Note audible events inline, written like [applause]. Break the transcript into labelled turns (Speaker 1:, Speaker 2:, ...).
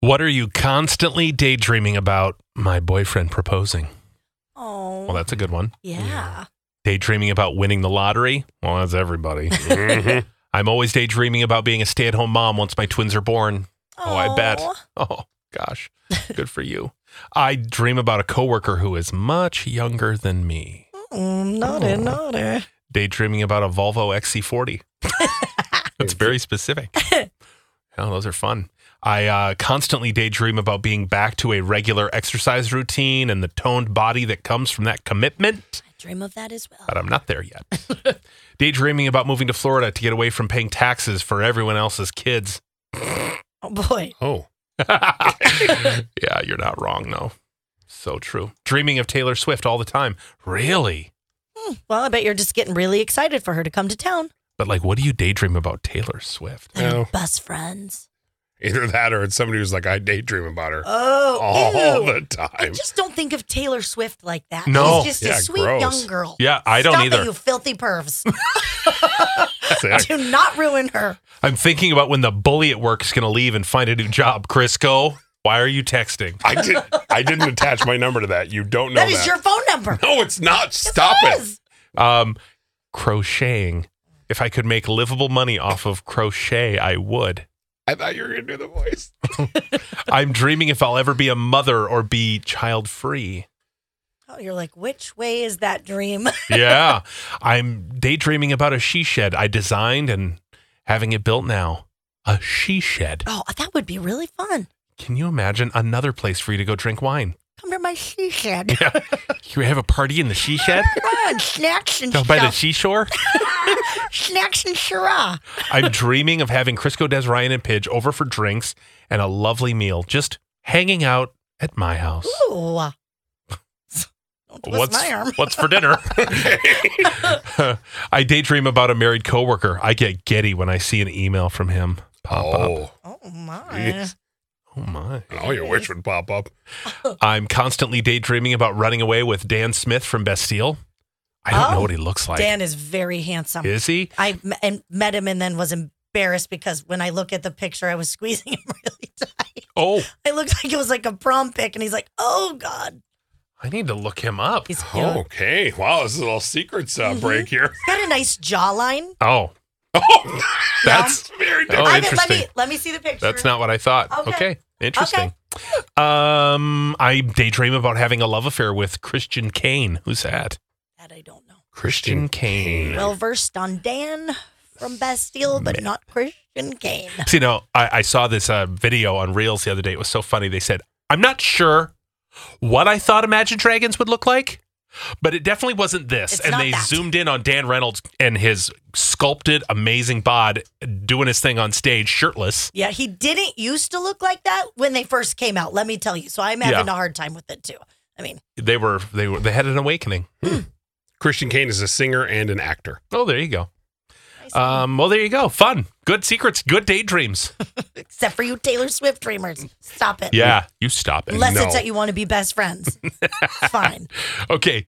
Speaker 1: What are you constantly daydreaming about? My boyfriend proposing.
Speaker 2: Oh.
Speaker 1: Well, that's a good one.
Speaker 2: yeah.
Speaker 1: Daydreaming about winning the lottery. Well, that's everybody. I'm always daydreaming about being a stay at home mom once my twins are born. Oh, I bet.
Speaker 2: Aw.
Speaker 1: Oh, gosh. Good for you. I dream about a coworker who is much younger than me.
Speaker 2: Mm, naughty,
Speaker 1: Oh.
Speaker 2: naughty.
Speaker 1: Daydreaming about a Volvo XC40. That's very specific. Oh, those are fun. I uh, constantly daydream about being back to a regular exercise routine and the toned body that comes from that commitment,
Speaker 2: I dream of that as well.
Speaker 1: but I'm not there yet. daydreaming about moving to Florida to get away from paying taxes for everyone else's kids.
Speaker 2: Oh, boy.
Speaker 1: Oh. [laughs] yeah, you're not wrong, though. So true. Dreaming of Taylor Swift all the time. Really?
Speaker 2: Hmm. Well, I bet you're just getting really excited for her to come to town.
Speaker 1: But, like, what do you daydream about Taylor Swift?
Speaker 2: They're
Speaker 3: No.
Speaker 2: best friends.
Speaker 3: Either that or it's somebody who's like, I daydream about her
Speaker 2: Oh,
Speaker 3: all
Speaker 2: ew.
Speaker 3: the
Speaker 2: I [laughs]
Speaker 3: time.
Speaker 2: just don't think of Taylor Swift like that.
Speaker 1: No.
Speaker 2: She's just
Speaker 3: Yeah,
Speaker 2: a sweet
Speaker 3: gross.
Speaker 2: young girl.
Speaker 1: Yeah, I don't
Speaker 2: Stop
Speaker 1: either.
Speaker 2: It, you filthy pervs.
Speaker 3: [laughs]
Speaker 2: [laughs]
Speaker 3: Sick.
Speaker 2: Do not ruin her.
Speaker 1: I'm thinking about when the bully at work is going to leave and find a new job. Crisco, why are you texting?
Speaker 3: I, did, I didn't attach my number to that. You don't know
Speaker 2: That
Speaker 3: that.
Speaker 2: is your phone number.
Speaker 3: no, it's not. Stop
Speaker 2: Yes.
Speaker 3: it.
Speaker 1: Um, crocheting. If I could make livable money off of crochet, I would.
Speaker 3: I thought you were going to do the voice.
Speaker 1: [laughs] I'm dreaming if I'll ever be a mother or be child free.
Speaker 2: Oh, you're like, which way is that dream? [laughs]
Speaker 1: Yeah. I'm daydreaming about a she shed I designed and having it built now. A she shed.
Speaker 2: Oh, that would be really fun.
Speaker 1: Can you imagine another place for you to go drink wine?
Speaker 2: Come to my she
Speaker 3: [laughs]
Speaker 2: shed.
Speaker 1: Yeah. you have a party in the she
Speaker 2: [laughs]
Speaker 1: shed?
Speaker 2: Ah, and snacks and
Speaker 1: Down by the
Speaker 2: stuff.
Speaker 1: seashore?
Speaker 2: snacks and Syrah.
Speaker 1: I'm dreaming of having Crisco, Des, Ryan, and Pidge over for drinks and a lovely meal, just hanging out at my house.
Speaker 2: Ooh.
Speaker 1: [laughs]
Speaker 2: Don't twist
Speaker 1: What's,
Speaker 2: my arm.
Speaker 1: what's for
Speaker 2: [laughs]
Speaker 1: dinner? I daydream about a married coworker. I get giddy when I see an email from him pop up.
Speaker 3: Oh,
Speaker 2: Oh my.
Speaker 3: Jeez.
Speaker 1: Oh my.
Speaker 3: and all your wish would pop up.
Speaker 1: I'm constantly daydreaming about running away with Dan Smith from Bastille. I don't know
Speaker 2: Oh,
Speaker 1: what he looks like.
Speaker 2: Dan um, is very handsome.
Speaker 1: Is he?
Speaker 2: I m- and met him and then was embarrassed because when I look at the picture, I was squeezing [laughs] him really tight.
Speaker 1: Oh,
Speaker 2: I looked like it was like a prom pic, and he's like, "Oh God,
Speaker 1: I need to look him up.
Speaker 2: he's cute.
Speaker 3: Okay. Wow. This is a little secrets uh,
Speaker 2: Mhm.
Speaker 3: break here.
Speaker 2: got a nice jawline."
Speaker 1: Oh, [laughs]
Speaker 3: Oh, that's very
Speaker 1: Oh,
Speaker 3: different.
Speaker 2: I mean, let me
Speaker 1: interesting.
Speaker 2: let me see the picture.
Speaker 1: That's not what I thought. Okay.
Speaker 2: Okay.
Speaker 1: Interesting. Um, I daydream about having a love affair with Christian Kane. Who's that?
Speaker 2: that I don't know.
Speaker 1: Christian Kane.
Speaker 2: Well versed on Dan from Bastille, but not Christian Kane.
Speaker 1: So, you know, I, I saw this uh, video on Reels the other day. It was so funny. They said, I'm not sure what I thought Imagine Dragons would look like, but it definitely wasn't this.
Speaker 2: It's
Speaker 1: and
Speaker 2: not
Speaker 1: they
Speaker 2: that.
Speaker 1: zoomed in on Dan Reynolds and his sculpted, amazing bod doing his thing on stage, shirtless.
Speaker 2: Yeah, he didn't used to look like that when they first came out. Let me tell you. So I'm having
Speaker 1: Yeah.
Speaker 2: a hard time with it too. I mean,
Speaker 1: They were, they were, they had an awakening.
Speaker 2: Hmm.
Speaker 1: Hmm.
Speaker 3: Christian Kane is a singer and an actor.
Speaker 1: Oh, there you go.
Speaker 2: I see.
Speaker 1: Um, well, there you go. Fun. Good secrets. Good
Speaker 2: [laughs]
Speaker 1: daydreams.
Speaker 2: except for you Taylor Swift dreamers, stop it.
Speaker 1: Yeah. You stop it.
Speaker 2: Unless
Speaker 1: [laughs]
Speaker 3: No.
Speaker 2: it's that you want to be best friends. Fine.
Speaker 1: Okay.